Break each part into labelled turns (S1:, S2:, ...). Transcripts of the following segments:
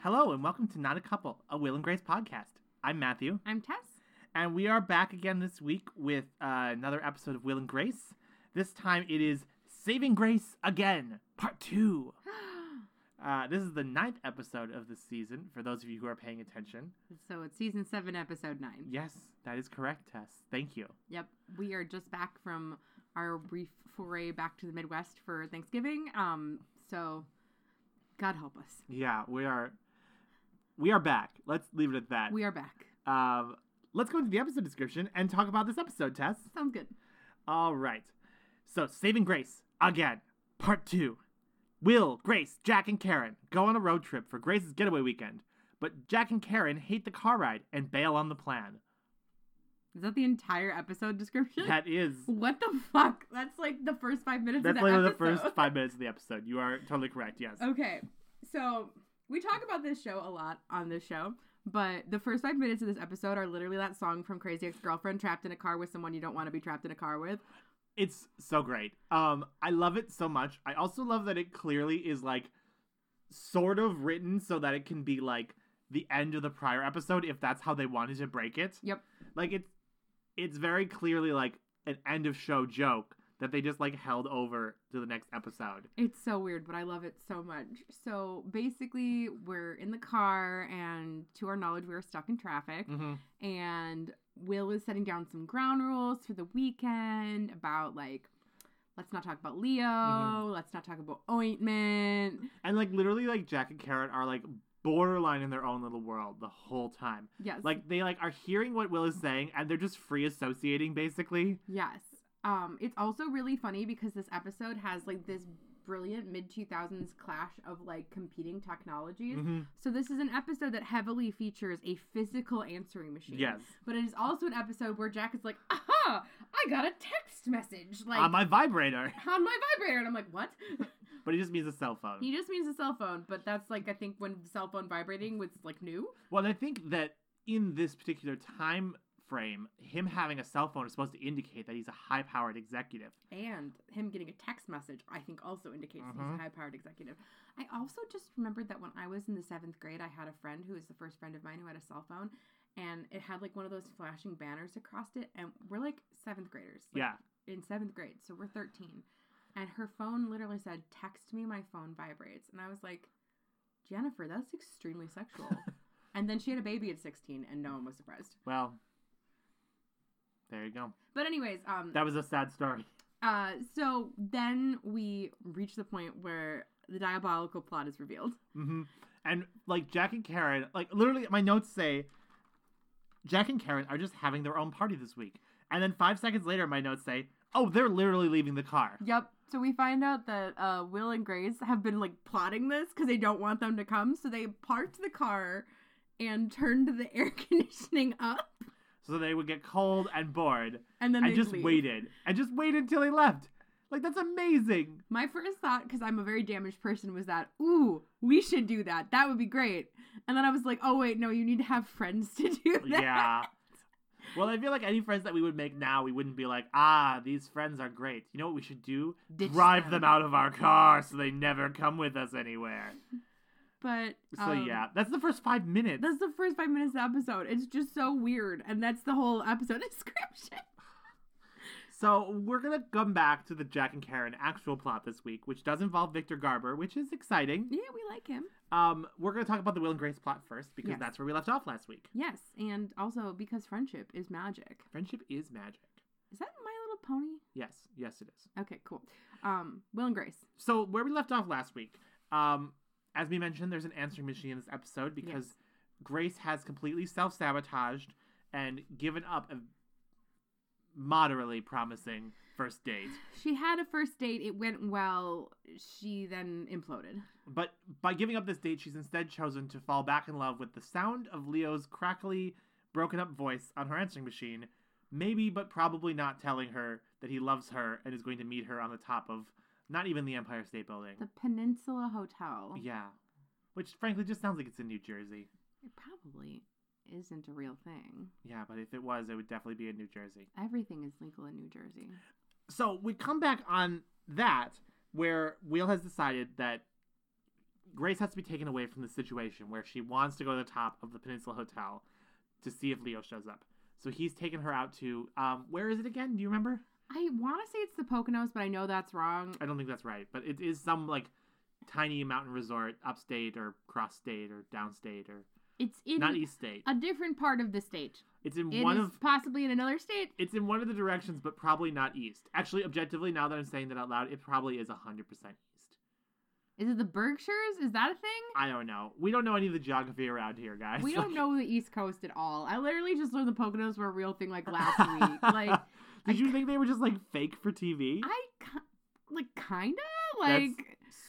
S1: Hello and welcome to Not a Couple, a Will and Grace podcast. I'm Matthew,
S2: I'm Tess.
S1: and we are back again this week with uh, another episode of Will and Grace. This time it is Saving Grace Again, Part 2. Uh, this is the ninth episode of this season, for those of you who are paying attention.
S2: so it's season seven, episode nine.
S1: Yes, that is correct, Tess. Thank you.
S2: Yep. We are just back from our brief foray back to the Midwest for Thanksgiving. Um, so God help us.
S1: Yeah, we are. We are back. Let's leave it at that.
S2: We are back.
S1: Um, let's go into the episode description and talk about this episode, Tess.
S2: Sounds good.
S1: All right. So, Saving Grace, again, part two. Will, Grace, Jack, and Karen go on a road trip for Grace's getaway weekend, but Jack and Karen hate the car ride and bail on the plan.
S2: Is that the entire episode description?
S1: That is.
S2: What the fuck? That's like the first five minutes
S1: That's
S2: of the
S1: literally the
S2: episode.
S1: first five minutes of the episode. You are totally correct, yes.
S2: Okay, so we talk about this show a lot on this show, but the first five minutes of this episode are literally that song from Crazy Ex Girlfriend, trapped in a car with someone you don't want to be trapped in a car with.
S1: It's so great. Um, I love it so much. I also love that it clearly is like sort of written so that it can be like the end of the prior episode if that's how they wanted to break it.
S2: Yep.
S1: Like it's it's very clearly like an end of show joke that they just like held over to the next episode.
S2: It's so weird, but I love it so much. So basically, we're in the car, and to our knowledge, we are stuck in traffic.
S1: Mm-hmm.
S2: And Will is setting down some ground rules for the weekend about like, let's not talk about Leo,
S1: Mhm.
S2: let's not talk about ointment.
S1: And like literally like Jack and Carrot are like borderline in their own little world the whole time.
S2: Yes.
S1: Like they like are hearing what Will is saying and they're just free associating basically.
S2: Yes. Um, it's also really funny because this episode has like this brilliant mid 2000s clash of like competing technologies.
S1: Mm-hmm.
S2: So this is an episode that heavily features a physical answering machine.
S1: Yes.
S2: But it is also an episode where Jack is like, "Aha! I got a text message like
S1: On Uh, my vibrator.
S2: on my vibrator," and I'm like, "What?"
S1: But it just means a cell phone.
S2: he just means a cell phone, but that's like I think when cell phone vibrating was like new.
S1: Well, I think that in this particular time frame, him having a cell phone is supposed to indicate that he's a high powered executive.
S2: and him getting a text message i think also indicates that
S1: Mhm.
S2: he's a high-powered executive i also just remembered that when i was in the seventh grade i had a friend who was the first friend of mine who had a cell phone and it had like one of those flashing banners across it and we're like seventh graders like,
S1: Yeah.
S2: in seventh grade so we're 13 and her phone literally said text me my phone vibrates and i was like jennifer that's extremely sexual and then she had a baby at 16 and no one was surprised
S1: Well, there you go.
S2: but anyways um
S1: That was a sad story.
S2: Uh, so then we reach the point where the diabolical plot is revealed.
S1: hmm And like Jack and Karen, like literally, my notes say Jack and Karen are just having their own party this week. And then five seconds later, my notes say, oh, they're literally leaving the car.
S2: Yep. So we find out that uh, Will and Grace have been like plotting this because they don't want them to come. So they parked the car and turned the air conditioning up,
S1: So they would get cold and bored
S2: and then
S1: and
S2: they
S1: just
S2: leave.
S1: waited. And just waited until they left. Like, that's amazing.
S2: My first thought, because I'm a very damaged person, was that ooh, we should do that. That would be great. And then I was like, oh wait, no, you need to have friends to do that.
S1: Yeah. Well, I feel like any friends that we would make now, we wouldn't be like, ah, these friends are great. You know what we should do?
S2: Ditch
S1: Drive them out of our car so they never come with us anywhere.
S2: But
S1: So,
S2: um,
S1: yeah, that's the first five minutes.
S2: That's the first five minutes of the episode. It's just so weird. And that's the whole episode description.
S1: So, we're going to come back to the Jack and Karen actual plot this week, which does involve Victor Garber, which is exciting.
S2: Yeah, we like him.
S1: Um, we're going to talk about the Will and Grace plot first because
S2: Yes.
S1: that's where we left off last week.
S2: Yes. And also because friendship is magic.
S1: Friendship is magic.
S2: Is that My Little Pony?
S1: Yes, yes, it is.
S2: Okay, cool. Um, Will and Grace.
S1: so where we left off last week, um, as we mentioned, there's an answering machine in this episode because
S2: Yes.
S1: Grace has completely self sabotaged and given up a moderately promising first date.
S2: She had a first date. It went well. She then imploded.
S1: But by giving up this date, she's instead chosen to fall back in love with the sound of Leo's crackly, broken up voice on her answering machine, maybe but probably not telling her that he loves her and is going to meet her on the top of not even the Empire State Building.
S2: The Peninsula Hotel.
S1: Yeah. Which frankly just sounds like it's in New Jersey.
S2: It probably isn't a real thing.
S1: Yeah, but if it was, it would definitely be in New Jersey.
S2: Everything is legal in New Jersey.
S1: So we come back on that where Will has decided that Grace has to be taken away from the situation where she wants to go to the top of the Peninsula Hotel to see if Leo shows up. So he's taken her out to um, where is it again? Do you remember?
S2: I want to say it's the Poconos, but I know that's wrong.
S1: I don't think that's right, but it is some like tiny mountain resort upstate or cross state or downstate or
S2: It's in
S1: not east state.
S2: a different part of the state.
S1: It's in
S2: It is
S1: one of
S2: possibly in another state.
S1: it's in one of the directions, but probably not east. Actually, objectively, now that I'm saying that out loud, it probably is hundred percent east.
S2: Is it the Berkshires? Is that a thing?
S1: I don't know. We don't know any of the geography around here, guys.
S2: We don't
S1: Like-
S2: know the East Coast at all. I literally just learned the Poconos were a real thing like last week. Like
S1: did
S2: I
S1: you think they were just like fake for TV?
S2: I, ki- like kinda like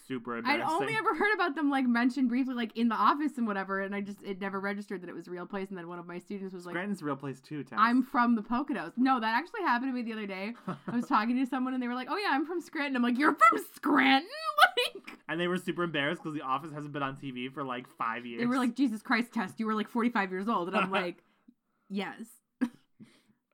S1: Super
S2: I'd
S1: embarrassing.
S2: only ever heard about them like mentioned briefly like in the office and whatever, and I just it never registered that it was a real place. And then one of my students was like,
S1: Scranton's a real place too. Tess.
S2: "I'm from the Poconos." No, that actually happened to me the other day. I was talking to someone and they were like, "Oh yeah, I'm from Scranton." I'm like, "You're from Scranton?" Like
S1: and they were super embarrassed because The Office hasn't been on TV for like five years.
S2: they were like, "Jesus Christ, test, you were like 45 years old," and I'm like, "Yes."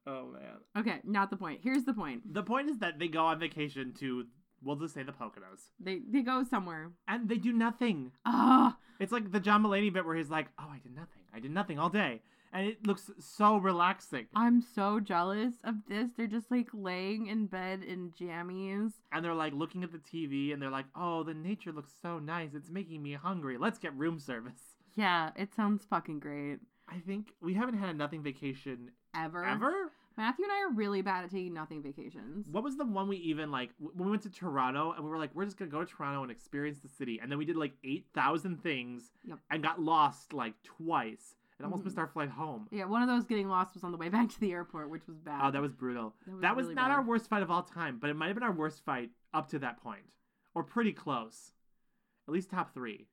S1: "Oh man."
S2: Okay, not the point. Here's the point.
S1: The point is that they go on vacation to we'll just say the Poconos,
S2: They they go somewhere.
S1: and they do nothing.
S2: Ah,
S1: It's like the John Mulaney bit where he's like, "Oh, I did nothing. I did nothing all day," and it looks so relaxing.
S2: I'm so jealous of this. They're just like laying in bed in jammies.
S1: and they're like looking at the TV and they're like, "Oh, the nature looks so nice. It's making me hungry. Let's get room service."
S2: Yeah, it sounds fucking great.
S1: I think we haven't had a nothing vacation
S2: Ever.
S1: ever.
S2: Matthew and I are really bad at taking nothing vacations.
S1: What was the one we even like w- when we went to Toronto and we were like, "We're just going to go to Toronto and experience the city." And then we did like 8,000 things
S2: Yep.
S1: and got lost like twice and almost
S2: Mhm.
S1: missed our flight home.
S2: Yeah, one of those getting lost was on the way back to the airport, which was bad.
S1: Oh, that was brutal.
S2: That was
S1: That was
S2: really
S1: not
S2: bad.
S1: our worst fight of all time, but it might have been our worst fight up to that point or pretty close. At least top 3.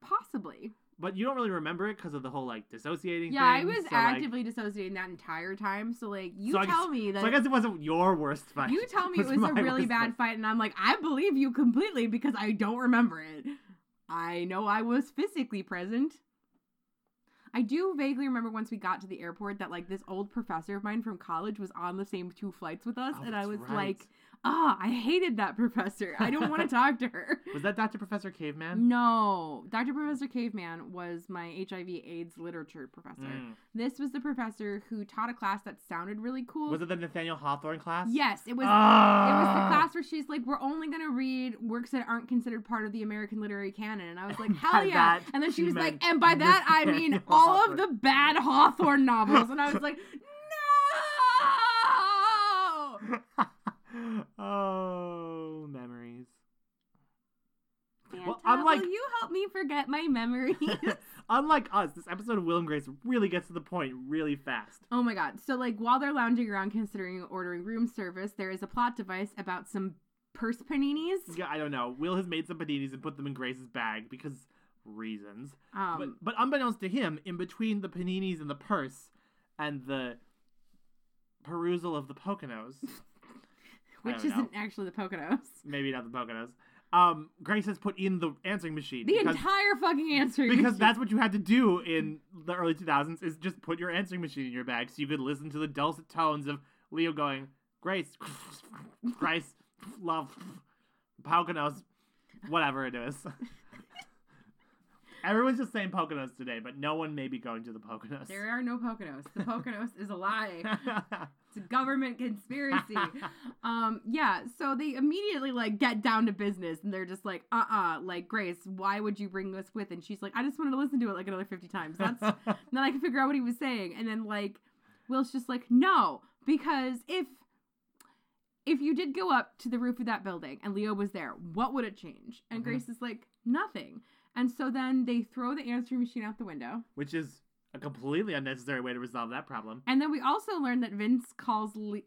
S2: possibly.
S1: But you don't really remember it because of the whole like dissociating.
S2: Yeah, I
S1: thing,
S2: was
S1: so, like-
S2: actively dissociating that entire time. So like, you
S1: So I
S2: tell
S1: guess-
S2: me that
S1: so I guess it wasn't your worst fight.
S2: you tell me it was
S1: my
S2: a really
S1: worst
S2: bad
S1: fight.
S2: fight, and I'm like, I believe you completely because I don't remember it. I know I was physically present. I do vaguely remember once we got to the airport that like this old professor of mine from college was on the same two flights with us,
S1: Oh,
S2: and I
S1: that's
S2: was
S1: right.
S2: like, ah, I hated that professor. I don't want to talk to her.
S1: was that Dr. Professor Caveman?
S2: No, Dr. Professor Caveman was my HIV/AIDS literature professor.
S1: Mm.
S2: This was the professor who taught a class that sounded really cool.
S1: Was it the Nathaniel Hawthorne class?
S2: Yes, it was it was the
S1: Ah!
S2: class where she's like, "We're only gonna read works that aren't considered part of the American literary canon," and I was like, "Hell
S1: By
S2: yeah!"
S1: that,
S2: And then she
S1: she
S2: was like,
S1: meant
S2: "And by that I mean
S1: Nathaniel
S2: all of the
S1: Hawthorne."
S2: bad Hawthorne novels," and I was like, "No!"
S1: oh, memories.
S2: Santa,
S1: Well, unlike-
S2: will you help me forget my memories?
S1: Unlike us, this episode of Will and Grace really gets to the point really fast.
S2: oh my god! So like, while they're lounging around considering ordering room service, there is a plot device about some purse paninis.
S1: Yeah, I don't know. Will has made some paninis and put them in Grace's bag because reasons.
S2: Um,
S1: but, but unbeknownst to him, in between the paninis and the purse and the perusal of the Poconos, I
S2: which
S1: don't know.
S2: isn't actually the Poconos.
S1: maybe not the Poconos, um, Grace has put in the answering machine.
S2: The
S1: because,
S2: entire fucking answer.
S1: because that's what you had to do in the early 2000s is just put your answering machine in your bag so you could listen to the dulcet tones of Leo going, Grace, Grace, love, Poconos, whatever it is. Everyone's just saying Poconos today, but no one may be going to the Poconos.
S2: There are no Poconos. The Poconos is a lie. It's a government conspiracy. um, yeah. So they immediately like get down to business, and they're just like, uh, uh like Grace, why would you bring this with? And she's like, I just wanted to listen to it like another fifty times. That's and then I can figure out what he was saying. And then like, Will's just like, no, because if if you did go up to the roof of that building and Leo was there, what would it change? And
S1: Mhm.
S2: Grace is like, nothing. And so then they throw the answering machine out the window.
S1: Which is a completely unnecessary way to resolve that problem.
S2: And then we also learned that Vince calls Le-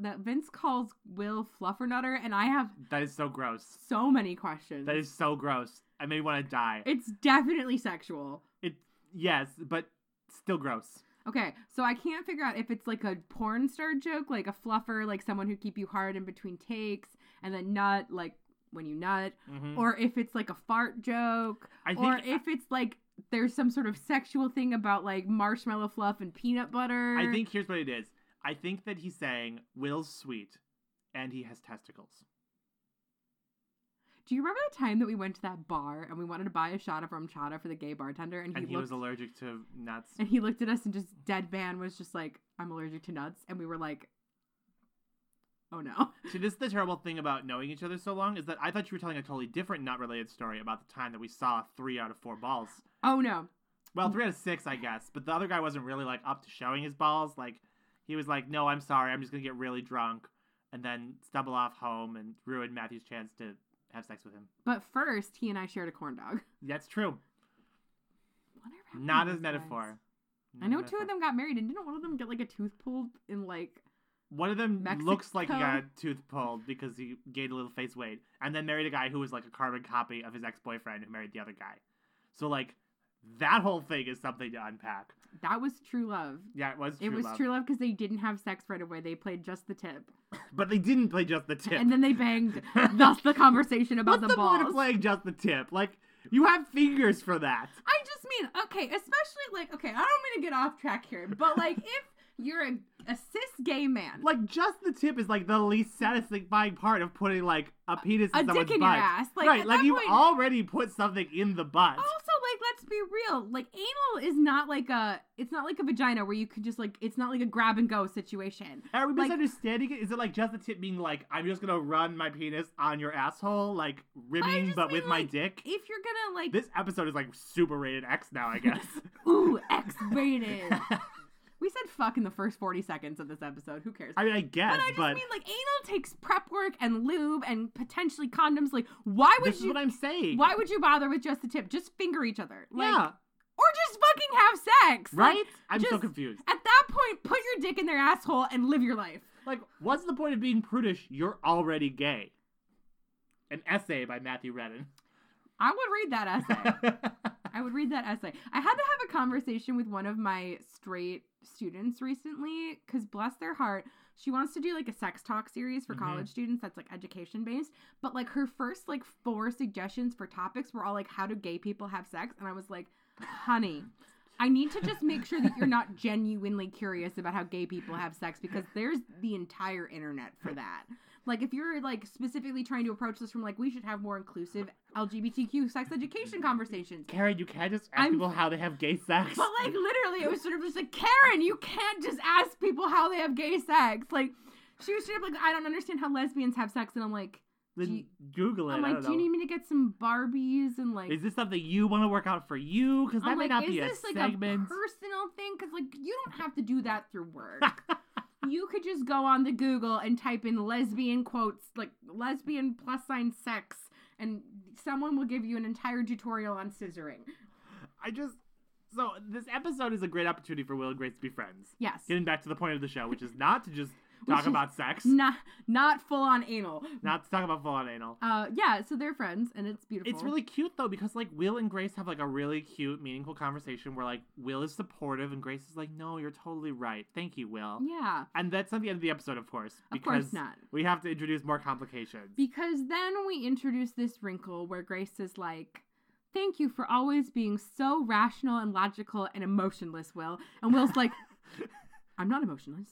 S2: that Vince calls Will Fluffernutter, and I have
S1: That is so gross.
S2: so many questions.
S1: That is so gross. I may want to die.
S2: it's definitely sexual.
S1: It yes, but still gross.
S2: Okay, so I can't figure out if it's like a porn star joke, like a fluffer, like someone who keep you hard in between takes, and then nut, like when you nut,
S1: Mhm.
S2: or if it's like a fart joke,
S1: I think
S2: or if it's like there's some sort of sexual thing about like marshmallow fluff and peanut butter.
S1: I think here's what it is. I think that he's saying Will's sweet, and he has testicles.
S2: Do you remember the time that we went to that bar and we wanted to buy a shot of rum chata for the gay bartender and he,
S1: and he
S2: looked
S1: was allergic to nuts.
S2: and he looked at us and just dead man was just like, "I'm allergic to nuts," and we were like, "Oh no."
S1: See, this is the terrible thing about knowing each other so long is that I thought you were telling a totally different nut related story about the time that we saw three out of four balls.
S2: Oh no.
S1: Well, three out of six, I guess. But the other guy wasn't really like up to showing his balls. Like he was like, "No, I'm sorry. I'm just gonna get really drunk and then stumble off home and ruin Matthew's chance to have sex with him."
S2: But first, he and I shared a corn dog.
S1: That's true.
S2: Wonder what happened
S1: Not
S2: to
S1: as
S2: those guys.
S1: metaphor.
S2: I
S1: Not
S2: know
S1: a
S2: two
S1: metaphor.
S2: of them got married, and didn't one of them get like a tooth pulled in like?
S1: One of them looks like he got a
S2: Mexico.
S1: tooth pulled because he gained a little face weight, and then married a guy who was like a carbon copy of his ex boyfriend who married the other guy. So like that whole thing is something to unpack.
S2: That was true love.
S1: Yeah, it was true
S2: it was
S1: love.
S2: true love because they didn't have sex right away. They played just the tip,
S1: But they didn't play just the tip.
S2: and then they banged. Thus, the conversation about
S1: What's
S2: the,
S1: the
S2: balls.
S1: point of playing just the tip? Like you have fingers for that.
S2: I just mean okay, especially like okay. I don't mean to get off track here, but like if you're a, a cis gay man,
S1: Like just the tip is like the least satisfying part of putting like a penis in
S2: a
S1: someone's
S2: dick in
S1: butt.
S2: your ass, like
S1: right,
S2: at
S1: like
S2: that
S1: you've
S2: point, Oh,
S1: already put something in the butt.
S2: Also, like, let's be real. Like, anal is not like a. It's not like a vagina where you could just like. It's not like a grab and go situation.
S1: Are we
S2: like-
S1: misunderstanding it? Is it like just the tip meaning like I'm just gonna run my penis on your asshole, like rimming
S2: just
S1: but with
S2: mean,
S1: my
S2: like,
S1: dick?
S2: If you're gonna like,
S1: This episode is like super rated X now, I guess.
S2: ooh, X rated. we said fuck in the first forty seconds of this episode. Who cares?
S1: I mean, I guess,
S2: but I just
S1: but
S2: mean like, anal takes prep work and lube and potentially condoms. Like, why would
S1: this is
S2: you?
S1: what I'm saying.
S2: Why would you bother with just the tip? Just finger each other, like,
S1: yeah,
S2: or just fucking have sex, Like,
S1: right? I'm so
S2: just-
S1: confused.
S2: at that point, put your dick in their asshole and live your life.
S1: Like, what's the point of being prudish? You're already gay. An essay by Matthew Redden.
S2: I would read that essay. I would read that essay. I had to have a conversation with one of my straight students recently because, bless their heart, she wants to do like a sex talk series for
S1: Mhm.
S2: college students that's like education based. But like her first like four suggestions for topics were all like, how do gay people have sex? And I was like, honey. I need to just make sure that you're not genuinely curious about how gay people have sex because there's the entire internet for that. Like if you're like specifically trying to approach this from like we should have more inclusive LGBTQ sex education conversations.
S1: Karen, you can't just ask
S2: I'm-
S1: people how they have gay sex.
S2: But like literally, it was sort of just like Karen, you can't just ask people how they have gay sex. Like she was sort of like, I don't understand how lesbians have sex, and I'm like,
S1: then
S2: do you-
S1: Google it.
S2: I'm
S1: I
S2: like,
S1: don't
S2: do you
S1: know.
S2: need me to get some Barbies and like?
S1: Is this something you want to work out for you? Because that
S2: I'm
S1: may
S2: like,
S1: not
S2: is
S1: be a
S2: this like a
S1: segment.
S2: personal thing? Because like you don't have to do that through work. you could just go on the Google and type in lesbian quotes, like lesbian plus sign sex, and someone will give you an entire tutorial on scissoring.
S1: I just so this episode is a great opportunity for Will and Grace to be friends.
S2: Yes.
S1: Getting back to the point of the show, which is not to just talk
S2: is-
S1: about sex,
S2: Not not full on anal,
S1: not to talk about full on anal.
S2: Uh, yeah, so they're friends, and it's beautiful.
S1: It's really cute though because like Will and Grace have like a really cute, meaningful conversation where like Will is supportive and Grace is like, "No, you're totally right. Thank you, Will."
S2: yeah.
S1: And that's not the end of the episode, of course,
S2: Of
S1: because
S2: course not,
S1: we have to introduce more complications.
S2: because then we introduce this wrinkle where Grace is like, "Thank you for always being so rational and logical and emotionless, Will." And Will's like, "I'm not emotionless."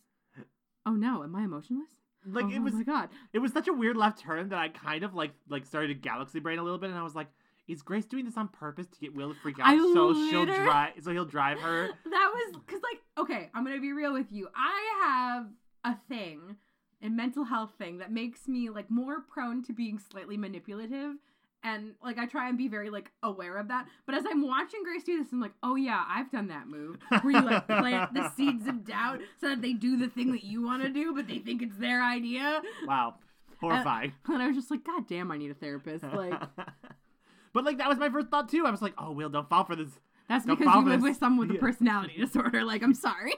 S2: Oh no, am I emotionless?
S1: like
S2: oh,
S1: it was
S2: my god.
S1: it was such a weird left turn that I kind of like like started to galaxy brain a little bit, and I was like, "Is Grace doing this on purpose to get Will to freak out
S2: I
S1: so she'll
S2: liter-
S1: drive so he'll drive her?"
S2: That was because, like, okay, I'm gonna be real with you. I have a thing, a mental health thing that makes me like more prone to being slightly manipulative, and like I try and be very like aware of that. But as I'm watching Grace do this, I'm like, oh yeah, I've done that move where you like plant the seeds of doubt so that they do the thing that you want to do, but they think it's their idea.
S1: Wow, horrifying.
S2: And I was just like, god damn, I need a therapist. Like
S1: but like that was my first thought too. I was like, "Oh, Will, don't fall for this."
S2: that's
S1: Don't
S2: because you
S1: follow
S2: live
S1: this.
S2: with someone with
S1: Yeah.
S2: a personality disorder. Like I'm sorry,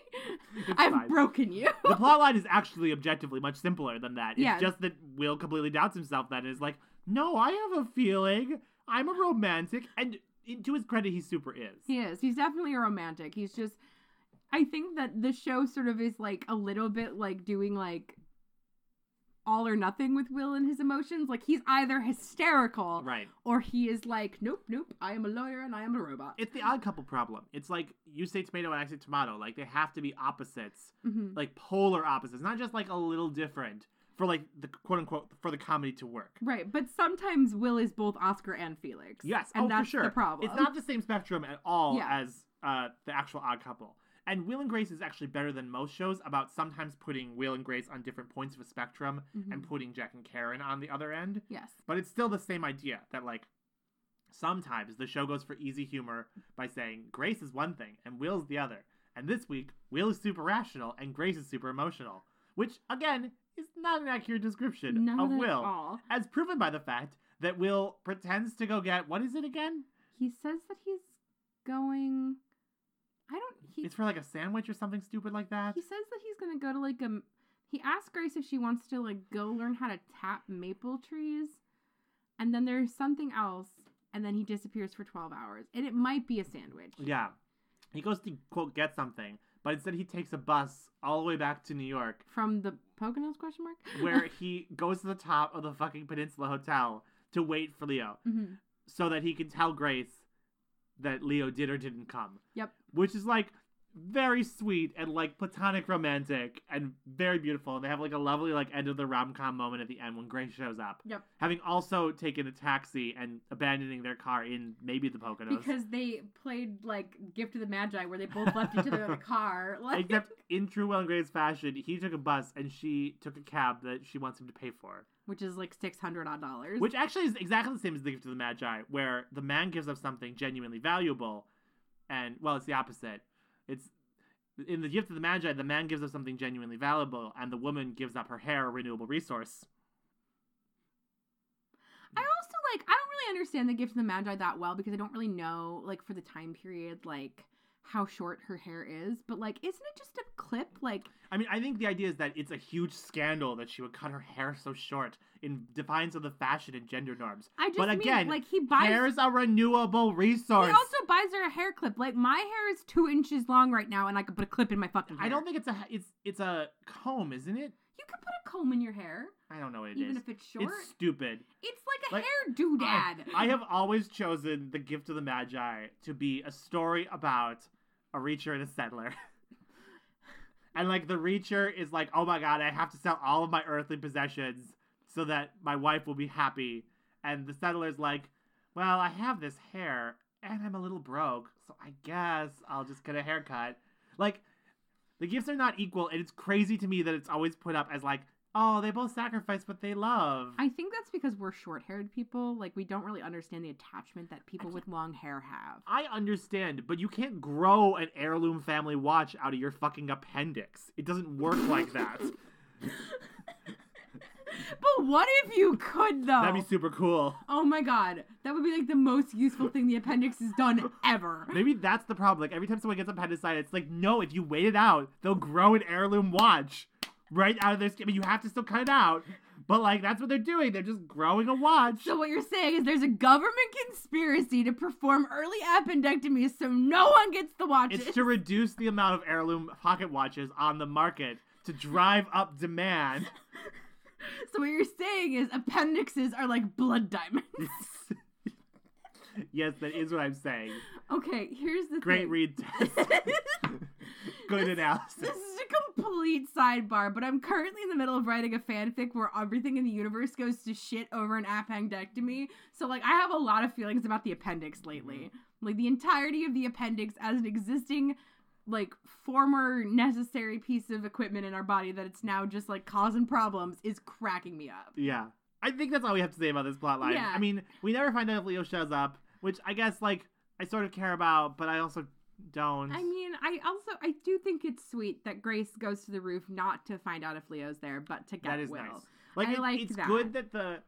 S1: It's
S2: I've
S1: fine.
S2: broken you.
S1: the plot line is actually objectively much simpler than that. It's
S2: Yeah.
S1: just that Will completely doubts himself then and is like, no, I have a feeling. I'm a romantic. And to his credit, he super is.
S2: He is. He's definitely a romantic. He's just I think that the show sort of is like a little bit like doing like all or nothing with Will and his emotions. Like he's either hysterical
S1: Right.
S2: or he is like, Nope, nope, I am a lawyer and I am a robot.
S1: It's the odd couple problem. It's like you say tomato and I say tomato. Like they have to be opposites,
S2: hmm
S1: like polar opposites, not just like a little different for like the quote unquote for the comedy to work.
S2: Right, but sometimes Will is both Oscar and Felix.
S1: Yes,
S2: and
S1: oh,
S2: that's
S1: for sure.
S2: the problem.
S1: It's not the same spectrum at all
S2: Yeah.
S1: as uh, the actual Odd Couple. And Will and Grace is actually better than most shows about sometimes putting Will and Grace on different points of a spectrum
S2: Mhm.
S1: and putting Jack and Karen on the other end.
S2: yes,
S1: But it's still the same idea that like sometimes the show goes for easy humor by saying Grace is one thing and Will's the other. And this week, Will is super rational and Grace is super emotional, which again is not an accurate description
S2: not
S1: of
S2: at
S1: Will,
S2: all.
S1: as proven by the fact that Will pretends to go get what is it again?
S2: He says that he's going. I don't. He
S1: It's for like a sandwich or something stupid like that.
S2: He says that he's gonna go to like a. He asks Grace if she wants to like go learn how to tap maple trees, and then there's something else, and then he disappears for twelve hours, and it might be a sandwich.
S1: Yeah. He goes to quote get something, but instead he takes a bus all the way back to New York
S2: From the Poconos question mark.
S1: where he goes to the top of the fucking Peninsula Hotel to wait for Leo
S2: hmm
S1: so that he can tell Grace that Leo did or didn't come.
S2: Yep.
S1: Which is like very sweet and like platonic romantic and very beautiful. And they have like a lovely like end of the rom com moment at the end when Grace shows up.
S2: Yep.
S1: Having also taken a taxi and abandoning their car in maybe the Poconos.
S2: Because they played like Gift of the Magi, where they both left each other in the car. Like,
S1: Except in true Will and Grace fashion, he took a bus and she took a cab that she wants him to pay for.
S2: which is like six hundred odd dollars.
S1: Which actually is exactly the same as the gift of the Magi, where the man gives up something genuinely valuable, and well, it's the opposite. It's in the gift of the Magi, the man gives up something genuinely valuable, and the woman gives up her hair, a renewable resource.
S2: I also like I don't really understand the gift of the magi that well because I don't really know like for the time period like how short her hair is, but like isn't it just a clip like
S1: I mean, I think the idea is that it's a huge scandal that she would cut her hair so short in defiance of the fashion and gender norms.
S2: I just
S1: But
S2: mean
S1: again,
S2: like he buys
S1: Hair's a renewable
S2: he
S1: resource.
S2: also buys her a hair clip. Like my hair is two inches long right now, and I could put a clip in my fucking hair.
S1: I don't think it's a it's it's a comb, isn't it?
S2: you could put a comb in your hair
S1: I don't know what it is.
S2: even if it's short.
S1: It's stupid.
S2: It's like a
S1: like,
S2: hair doodad.
S1: I have always chosen the gift of the Magi to be a story about a reacher and a settler. and like the reacher is like, oh my god, I have to sell all of my earthly possessions so that my wife will be happy. And the settler's like, well, I have this hair and I'm a little broke, so I guess I'll just get a haircut. Like, the gifts are not equal, and it's crazy to me that it's always put up as like, oh, they both sacrifice what they love.
S2: I think that's because we're short-haired people. Like we don't really understand the attachment that people with long hair have.
S1: I understand, but you can't grow an heirloom family watch out of your fucking appendix. It doesn't work like that.
S2: But what if you could though?
S1: That'd be super cool.
S2: Oh my god, that would be like the most useful thing the appendix has done ever.
S1: Maybe that's the problem. Like every time someone gets appendicitis, it's like, no, if you wait it out, they'll grow an heirloom watch right out of their skin. But you have to still cut it out. But like that's what they're doing. They're just growing a watch.
S2: So what you're saying is there's a government conspiracy to perform early appendectomies so no one gets to watch
S1: It's
S2: it.
S1: to reduce the amount of heirloom pocket watches on the market to drive up demand.
S2: So what you're saying is appendixes are like blood diamonds.
S1: yes, that is what I'm saying.
S2: okay, here's the
S1: Great
S2: thing.
S1: read test. Good analysis.
S2: This is a complete sidebar, but I'm currently in the middle of writing a fanfic where everything in the universe goes to shit over an appendectomy. So, like, I have a lot of feelings about the appendix lately. Like, the entirety of the appendix as an existing, like, former necessary piece of equipment in our body that it's now just, like, causing problems is cracking me up.
S1: Yeah. I think that's all we have to say about this plot line.
S2: Yeah.
S1: I mean, we never find out if Leo shows up, which I guess, like, I sort of care about, but I also don't.
S2: I mean, I also I do think it's sweet that Grace goes to the roof not to find out if Leo's there, but to get
S1: that is
S2: Will.
S1: nice. Like,
S2: I
S1: it-
S2: liked
S1: it's
S2: that.
S1: good that the.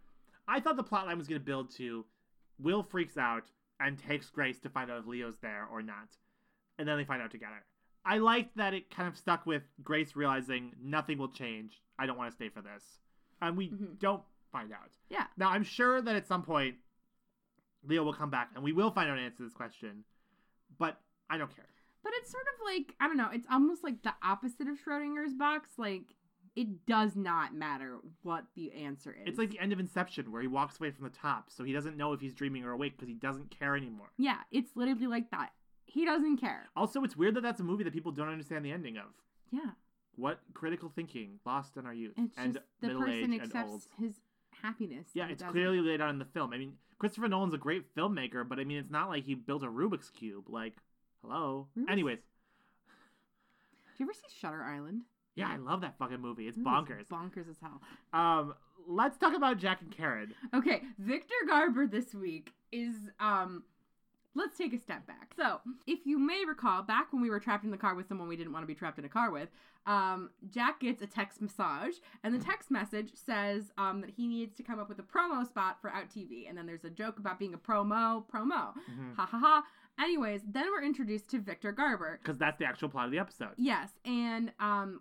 S1: I thought the plot line was going to build to Will freaks out and takes Grace to find out if Leo's there or not. And then they find out together. I liked that it kind of stuck with Grace realizing nothing will change. I don't want to stay for this. And we
S2: Mhm.
S1: don't find out.
S2: Yeah.
S1: Now, I'm sure that at some point, Leo will come back and we will find out an answer to this question, but I don't care.
S2: But it's sort of like I don't know. It's almost like the opposite of Schrodinger's box. Like it does not matter what the answer is.
S1: It's like the end of Inception where he walks away from the top, so he doesn't know if he's dreaming or awake because he doesn't care anymore.
S2: yeah, it's literally like that. He doesn't care.
S1: Also, it's weird that that's a movie that people don't understand the ending of.
S2: Yeah,
S1: What critical thinking lost in our youth
S2: It's
S1: and
S2: just the
S1: middle
S2: person
S1: age and
S2: accepts
S1: old?
S2: his happiness.
S1: Yeah,
S2: and
S1: it's
S2: doesn't.
S1: clearly laid out in the film. I mean, Christopher Nolan's a great filmmaker, but I mean, it's not like he built a Rubik's cube. Like, hello.
S2: Rubik's-
S1: Anyways,
S2: Do you ever see Shutter Island?
S1: yeah, I love that fucking movie. It's
S2: Ooh,
S1: bonkers.
S2: Bonkers as hell.
S1: Um, let's talk about Jack and Karen.
S2: Okay, Victor Garber this week is um let's take a step back. So, if you may recall, back when we were trapped in the car with someone we didn't want to be trapped in a car with, um Jack gets a text massage and the text message says um that he needs to come up with a promo spot for Out TV and then there's a joke about being a promo promo.
S1: Mhm.
S2: Ha ha ha. Anyways, then we're introduced to Victor Garber
S1: because that's the actual plot of the episode.
S2: Yes, and um,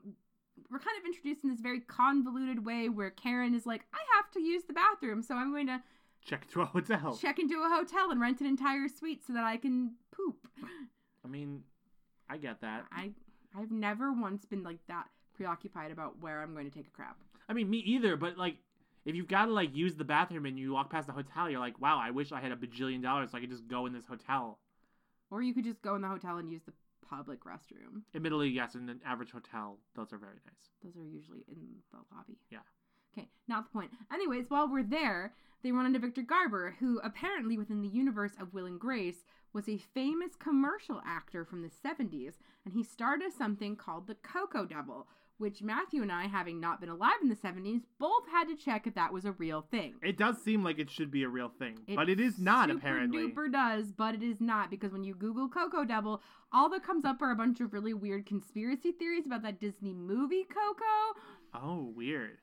S2: we're kind of introduced in this very convoluted way where Karen is like, "I have to use the bathroom, so I'm going to
S1: Check into a hotel.
S2: check into a hotel and rent an entire suite so that I can poop."
S1: I mean, I get that. I,
S2: I I've never once been like that preoccupied about where I'm going to take a crap.
S1: mean, me either. But like, if you've got to like use the bathroom and you walk past the hotel, you're like, wow, I wish I had a bajillion dollars so I could just go in this hotel.
S2: Or you could just go in the hotel and use the public restroom.
S1: Admittedly, yes, in an average hotel, those are very nice.
S2: Those are usually in the lobby.
S1: Yeah.
S2: Okay, not the point. Anyways, while we're there, they run into Victor Garber, who apparently within the universe of Will and Grace was a famous commercial actor from the 70s, and he starred as something called the Coco Double, which Matthew and I, having not been alive in the 70s, both had to check if that was a real thing.
S1: It does seem like it should be a real thing, but it is not
S2: super
S1: apparently.
S2: duper does, but it is not because when you Google Coco Devil, all that comes up are a bunch of really weird conspiracy theories about that Disney movie Coco.
S1: Oh, weird.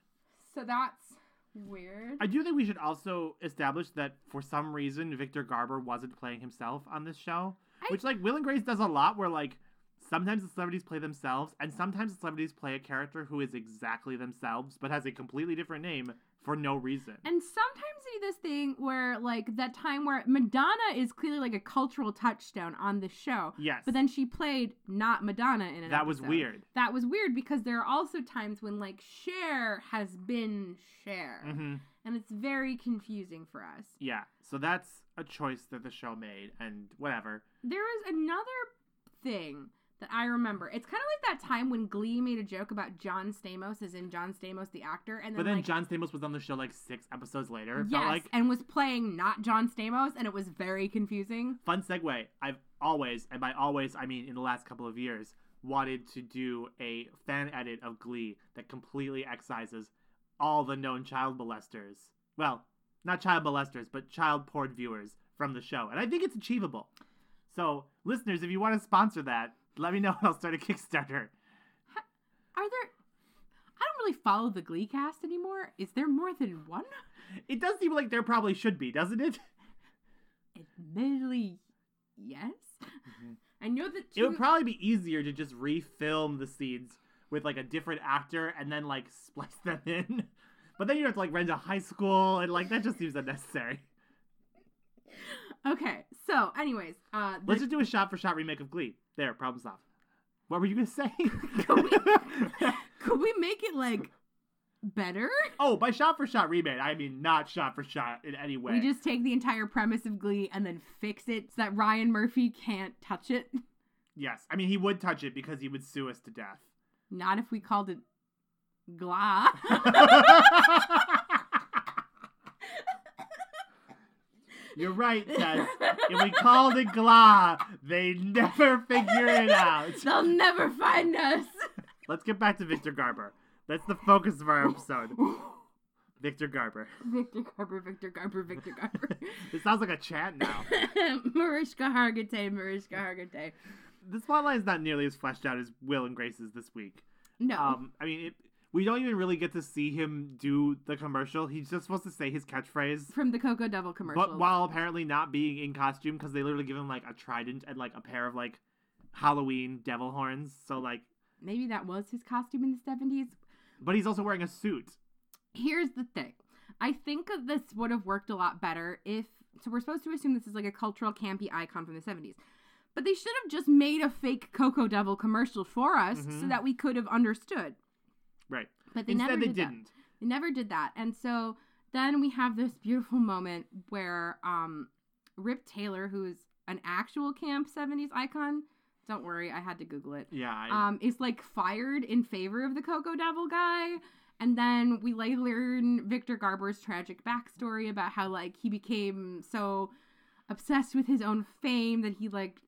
S2: So that's weird.
S1: I do think we should also establish that for some reason Victor Garber wasn't playing himself on this show,
S2: I-
S1: which like Will and Grace does a lot, where like sometimes the celebrities play themselves, and sometimes the celebrities play a character who is exactly themselves but has a completely different name for no reason.
S2: and sometimes they do this thing where, like, that time where Madonna is clearly like a cultural touchstone on the show,
S1: yes,
S2: but then she played not Madonna in an
S1: that was
S2: episode.
S1: weird.
S2: That was weird because there are also times when, like, Cher has been Cher,
S1: hmm
S2: and it's very confusing for us.
S1: Yeah, so that's a choice that the show made, and whatever.
S2: There is another thing that I remember. It's kind of like that time when Glee made a joke about John Stamos as in John Stamos the actor, and then
S1: But then
S2: like,
S1: John Stamos was on the show like six episodes later. It
S2: Yes,
S1: felt like
S2: and was playing not John Stamos, and it was very confusing.
S1: Fun segue. I've always, and by always, I mean in the last couple of years, wanted to do a fan edit of Glee that completely excises all the known child molesters. Well, not child molesters, but child porn viewers from the show. And I think it's achievable. So, listeners, if you want to sponsor that, let me know and I'll start a Kickstarter.
S2: Are there? I don't really follow the Glee cast anymore. Is there more than one?
S1: It does seem like there probably should be, doesn't it?
S2: Admittedly, yes. I know that
S1: Mm-hmm. It
S2: two.
S1: would probably be easier to just refilm the scenes with like a different actor and then like splice them in. But then you have to like rent a high school and like that just seems unnecessary.
S2: okay, so anyways, uh, the-
S1: Let's just do a shot for shot remake of Glee. There, problem solved. What were you gonna say?
S2: could we make it like better?
S1: oh, by shot for shot remake, I mean not shot for shot in any way.
S2: We just take the entire premise of Glee and then fix it so that Ryan Murphy can't touch it.
S1: Yes, I mean he would touch it because he would sue us to death.
S2: Not if we called it Gla.
S1: You're right, Tess. If we called it Gla, they never figure it out.
S2: They'll never find us.
S1: Let's get back to Victor Garber. That's the focus of our episode. Victor Garber.
S2: Victor Garber, Victor Garber, Victor Garber.
S1: This sounds like a chant now.
S2: Mariska Hargitay, Mariska Hargitay.
S1: This plot line is not nearly as fleshed out as Will and Grace's this week.
S2: No.
S1: Um, I mean, it, we don't even really get to see him do the commercial. He's just supposed to say his catchphrase,
S2: from the Cocoa Devil commercial.
S1: but while apparently not being in costume because they literally give him like a trident and like a pair of like Halloween devil horns. So like,
S2: Maybe that was his costume in the 70s.
S1: but he's also wearing a suit.
S2: Here's the thing. I think that this would have worked a lot better if so we're supposed to assume this is like a cultural campy icon from the 70s. But they should have just made a fake Cocoa Devil commercial for us so
S1: Mhm.
S2: that we could have understood.
S1: Right.
S2: But they
S1: Instead,
S2: never
S1: they
S2: did that.
S1: didn't.
S2: They never did that. And so then we have this beautiful moment where um, Rip Taylor, who's an actual camp 70s icon, Don't worry, I had to Google it.
S1: Yeah. I,
S2: Um, is like fired in favor of the Cocoa Devil guy. And then we like learn Victor Garber's tragic backstory about how like he became so obsessed with his own fame that he like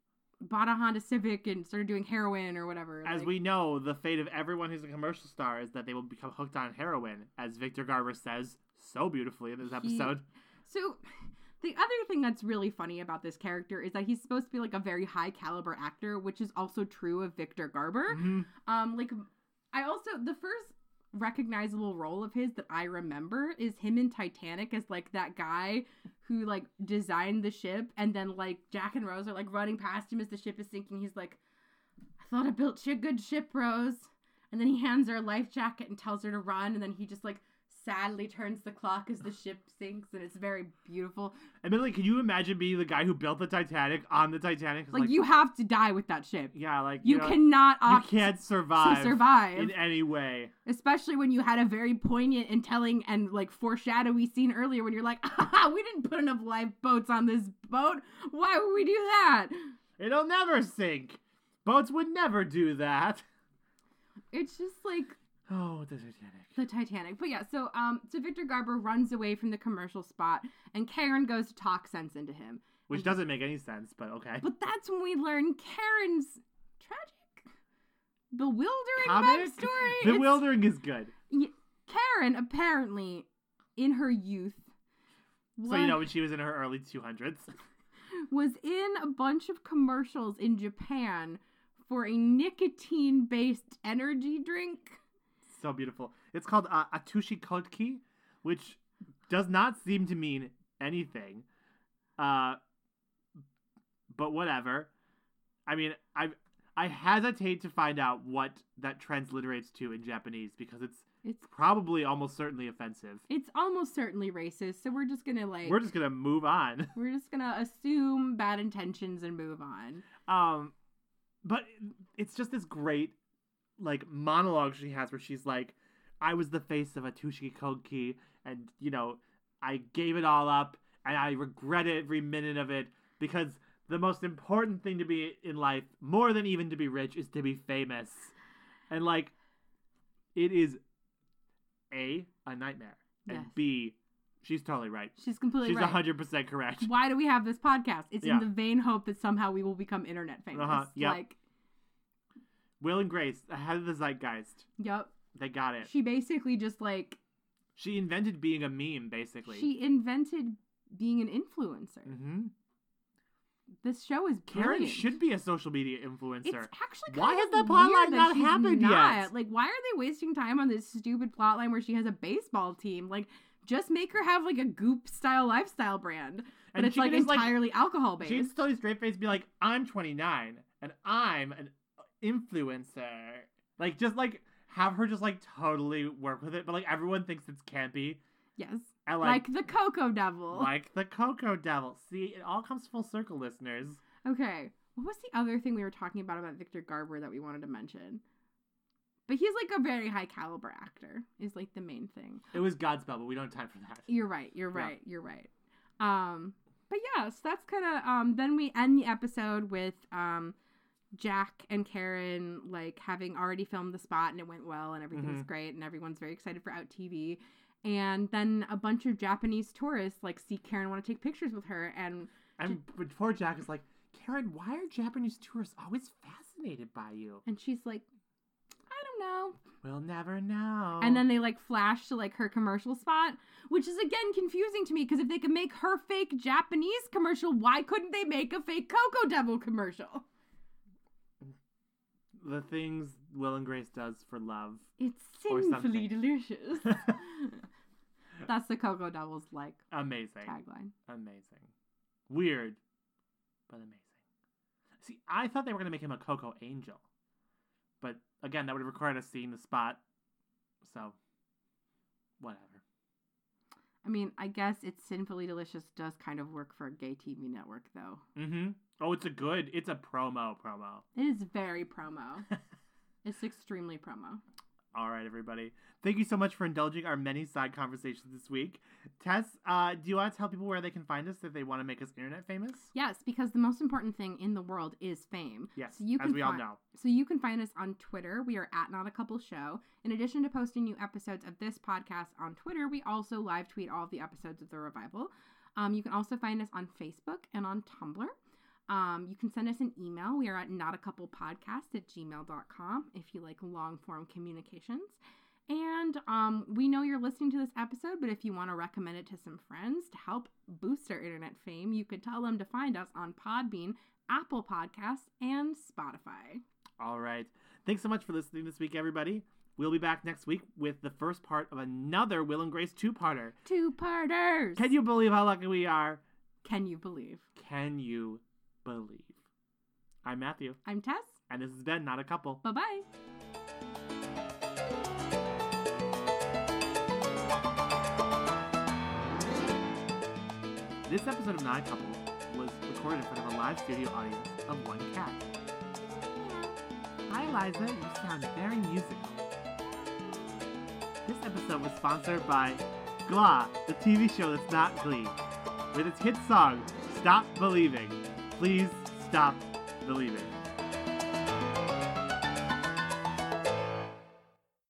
S2: bought a Honda Civic and started doing heroin or whatever.
S1: as
S2: like-
S1: we know, the fate of everyone who's a commercial star is that they will become hooked on heroin, as Victor Garber says so beautifully in this
S2: He-
S1: episode.
S2: So the other thing that's really funny about this character is that he's supposed to be like a very high caliber actor, which is also true of Victor Garber.
S1: Mhm.
S2: Um, like I also the first recognizable role of his that I remember is him in Titanic as like that guy who like designed the ship and then like Jack and Rose are like running past him as the ship is sinking. He's like, I thought I built you a good ship, Rose. And then he hands her a life jacket and tells her to run, and then he just like sadly turns the clock as the ship sinks and it's very beautiful.
S1: Admittedly, can you imagine being the guy who built the Titanic on the Titanic? It's
S2: Like, you have to die with that ship.
S1: yeah, like
S2: You
S1: know,
S2: cannot
S1: you
S2: opt
S1: can't
S2: to
S1: survive,
S2: survive.
S1: in any way.
S2: especially when you had a very poignant and telling and like foreshadowy scene earlier when you're like ah, we didn't put enough lifeboats on this boat why would we do that
S1: It'll never sink. Boats would never do that.
S2: it's just like
S1: Oh, the Titanic.
S2: the titanic but yeah so um so victor garber runs away from the commercial spot and karen goes to talk sense into him
S1: Which doesn't make any sense, but okay.
S2: but that's when we learn karen's tragic bewildering
S1: Comic?
S2: backstory It's-
S1: Bewildering is good.
S2: karen apparently in her youth
S1: So you
S2: was-
S1: know when she was in her early two hundreds.
S2: was in a bunch of commercials in Japan for a nicotine based energy drink.
S1: so beautiful. It's called uh, Atushi Kotki, which does not seem to mean anything. Uh, but whatever. I mean, I I hesitate to find out what that transliterates to in Japanese because it's
S2: It's
S1: probably almost certainly offensive.
S2: it's almost certainly racist, so we're just gonna like
S1: We're just gonna move on.
S2: we're just gonna assume bad intentions and move on.
S1: Um, but it's just this great like monologue she has where she's like, "I was the face of Atushi Koki, and you know, I gave it all up, and I regret every minute of it because the most important thing to be in life, more than even to be rich, is to be famous." And like, it is a a nightmare, and
S2: Yes.
S1: b she's totally right.
S2: She's completely
S1: She's
S2: right.
S1: hundred percent correct.
S2: Why do we have this podcast? It's
S1: Yeah.
S2: in the vain hope that somehow we will become internet famous.
S1: Uh-huh, yep.
S2: Like,
S1: Will and Grace ahead of the zeitgeist.
S2: yep.
S1: They got it.
S2: She basically just like
S1: She invented being a meme, basically.
S2: she invented being an influencer.
S1: hmm
S2: This show is
S1: Karen
S2: brilliant.
S1: should be a social media influencer.
S2: It's actually kind
S1: Why has
S2: of
S1: that plot
S2: weird
S1: line
S2: that
S1: not
S2: she's
S1: happened
S2: not.
S1: yet?
S2: Like, why are they wasting time on this stupid plot line where she has a baseball team? Like, just make her have like a goop style lifestyle brand, but
S1: And
S2: it's
S1: she
S2: like
S1: could just, like-
S2: entirely alcohol
S1: she can
S2: based.
S1: totally straight face be like, I'm 29 and I'm an influencer. Like, just like have her just like totally work with it, but like everyone thinks it's campy.
S2: Yes,
S1: And like,
S2: like, the Cocoa Devil.
S1: like the Cocoa Devil. See, it all comes full circle, listeners.
S2: okay, what was the other thing we were talking about about Victor Garber that we wanted to mention? But he's like a very high caliber actor. Is like the main thing.
S1: It was Godspell, but we don't have time for that.
S2: You're right. You're
S1: Yeah.
S2: right. You're right. Um, but yeah, so that's kind of um. Then we end the episode with um, Jack and Karen like having already filmed the spot and it went well and everything's great and everyone's very excited for Out TV. And then a bunch of Japanese tourists like see Karen want to take pictures with her and
S1: And but poor Jack is like, Karen, why are Japanese tourists always fascinated by you?
S2: and she's like, I don't know.
S1: We'll never know.
S2: And then they like flash to like her commercial spot, which is again confusing to me because if they could make her fake Japanese commercial, why couldn't they make a fake Cocoa Devil commercial?
S1: the things Will and Grace does for love.
S2: It's
S1: Or something.
S2: sinfully delicious. That's the Cocoa Devil's like
S1: Amazing.
S2: tagline.
S1: Amazing. Weird, but amazing. See, I thought they were going to make him a Coco Angel. But again, that would have required us seeing the spot. So, whatever.
S2: I mean, I guess it's sinfully delicious does kind of work for a gay TV network though.
S1: Mm hmm. Oh, it's a good, it's a promo promo.
S2: It is very promo. it's extremely promo.
S1: All right, everybody. Thank you so much for indulging our many side conversations this week. Tess, uh, do you want to tell people where they can find us if they want to make us internet famous?
S2: Yes, because the most important thing in the world is fame.
S1: Yes,
S2: So you
S1: as
S2: can
S1: we all
S2: fi-
S1: know.
S2: So you can find us on Twitter. We are at Not a Couple Show. In addition to posting new episodes of this podcast on Twitter, we also live tweet all of the episodes of the revival. Um, you can also find us on Facebook and on Tumblr. Um, you can send us an email. We are at notacouplepodcast at gmail.com if you like long form communications. And um, we know you're listening to this episode, but if you want to recommend it to some friends to help boost our internet fame, you could tell them to find us on Podbean, Apple Podcasts, and Spotify.
S1: All right. Thanks so much for listening this week, everybody. We'll be back next week with the first part of another Will and Grace two parter.
S2: Two parters.
S1: Can you believe how lucky we are?
S2: Can you believe?
S1: Can you believe? I'm Matthew,
S2: I'm Tess.
S1: and this has been Not a Couple.
S2: Bye bye.
S1: This episode of Not a Couple was recorded in front of a live studio audience of one cat. Hi, Eliza. You sound very musical. This episode was sponsored by Gla, the TV show that's not Glee, with its hit song, Stop Believing. Please stop believing.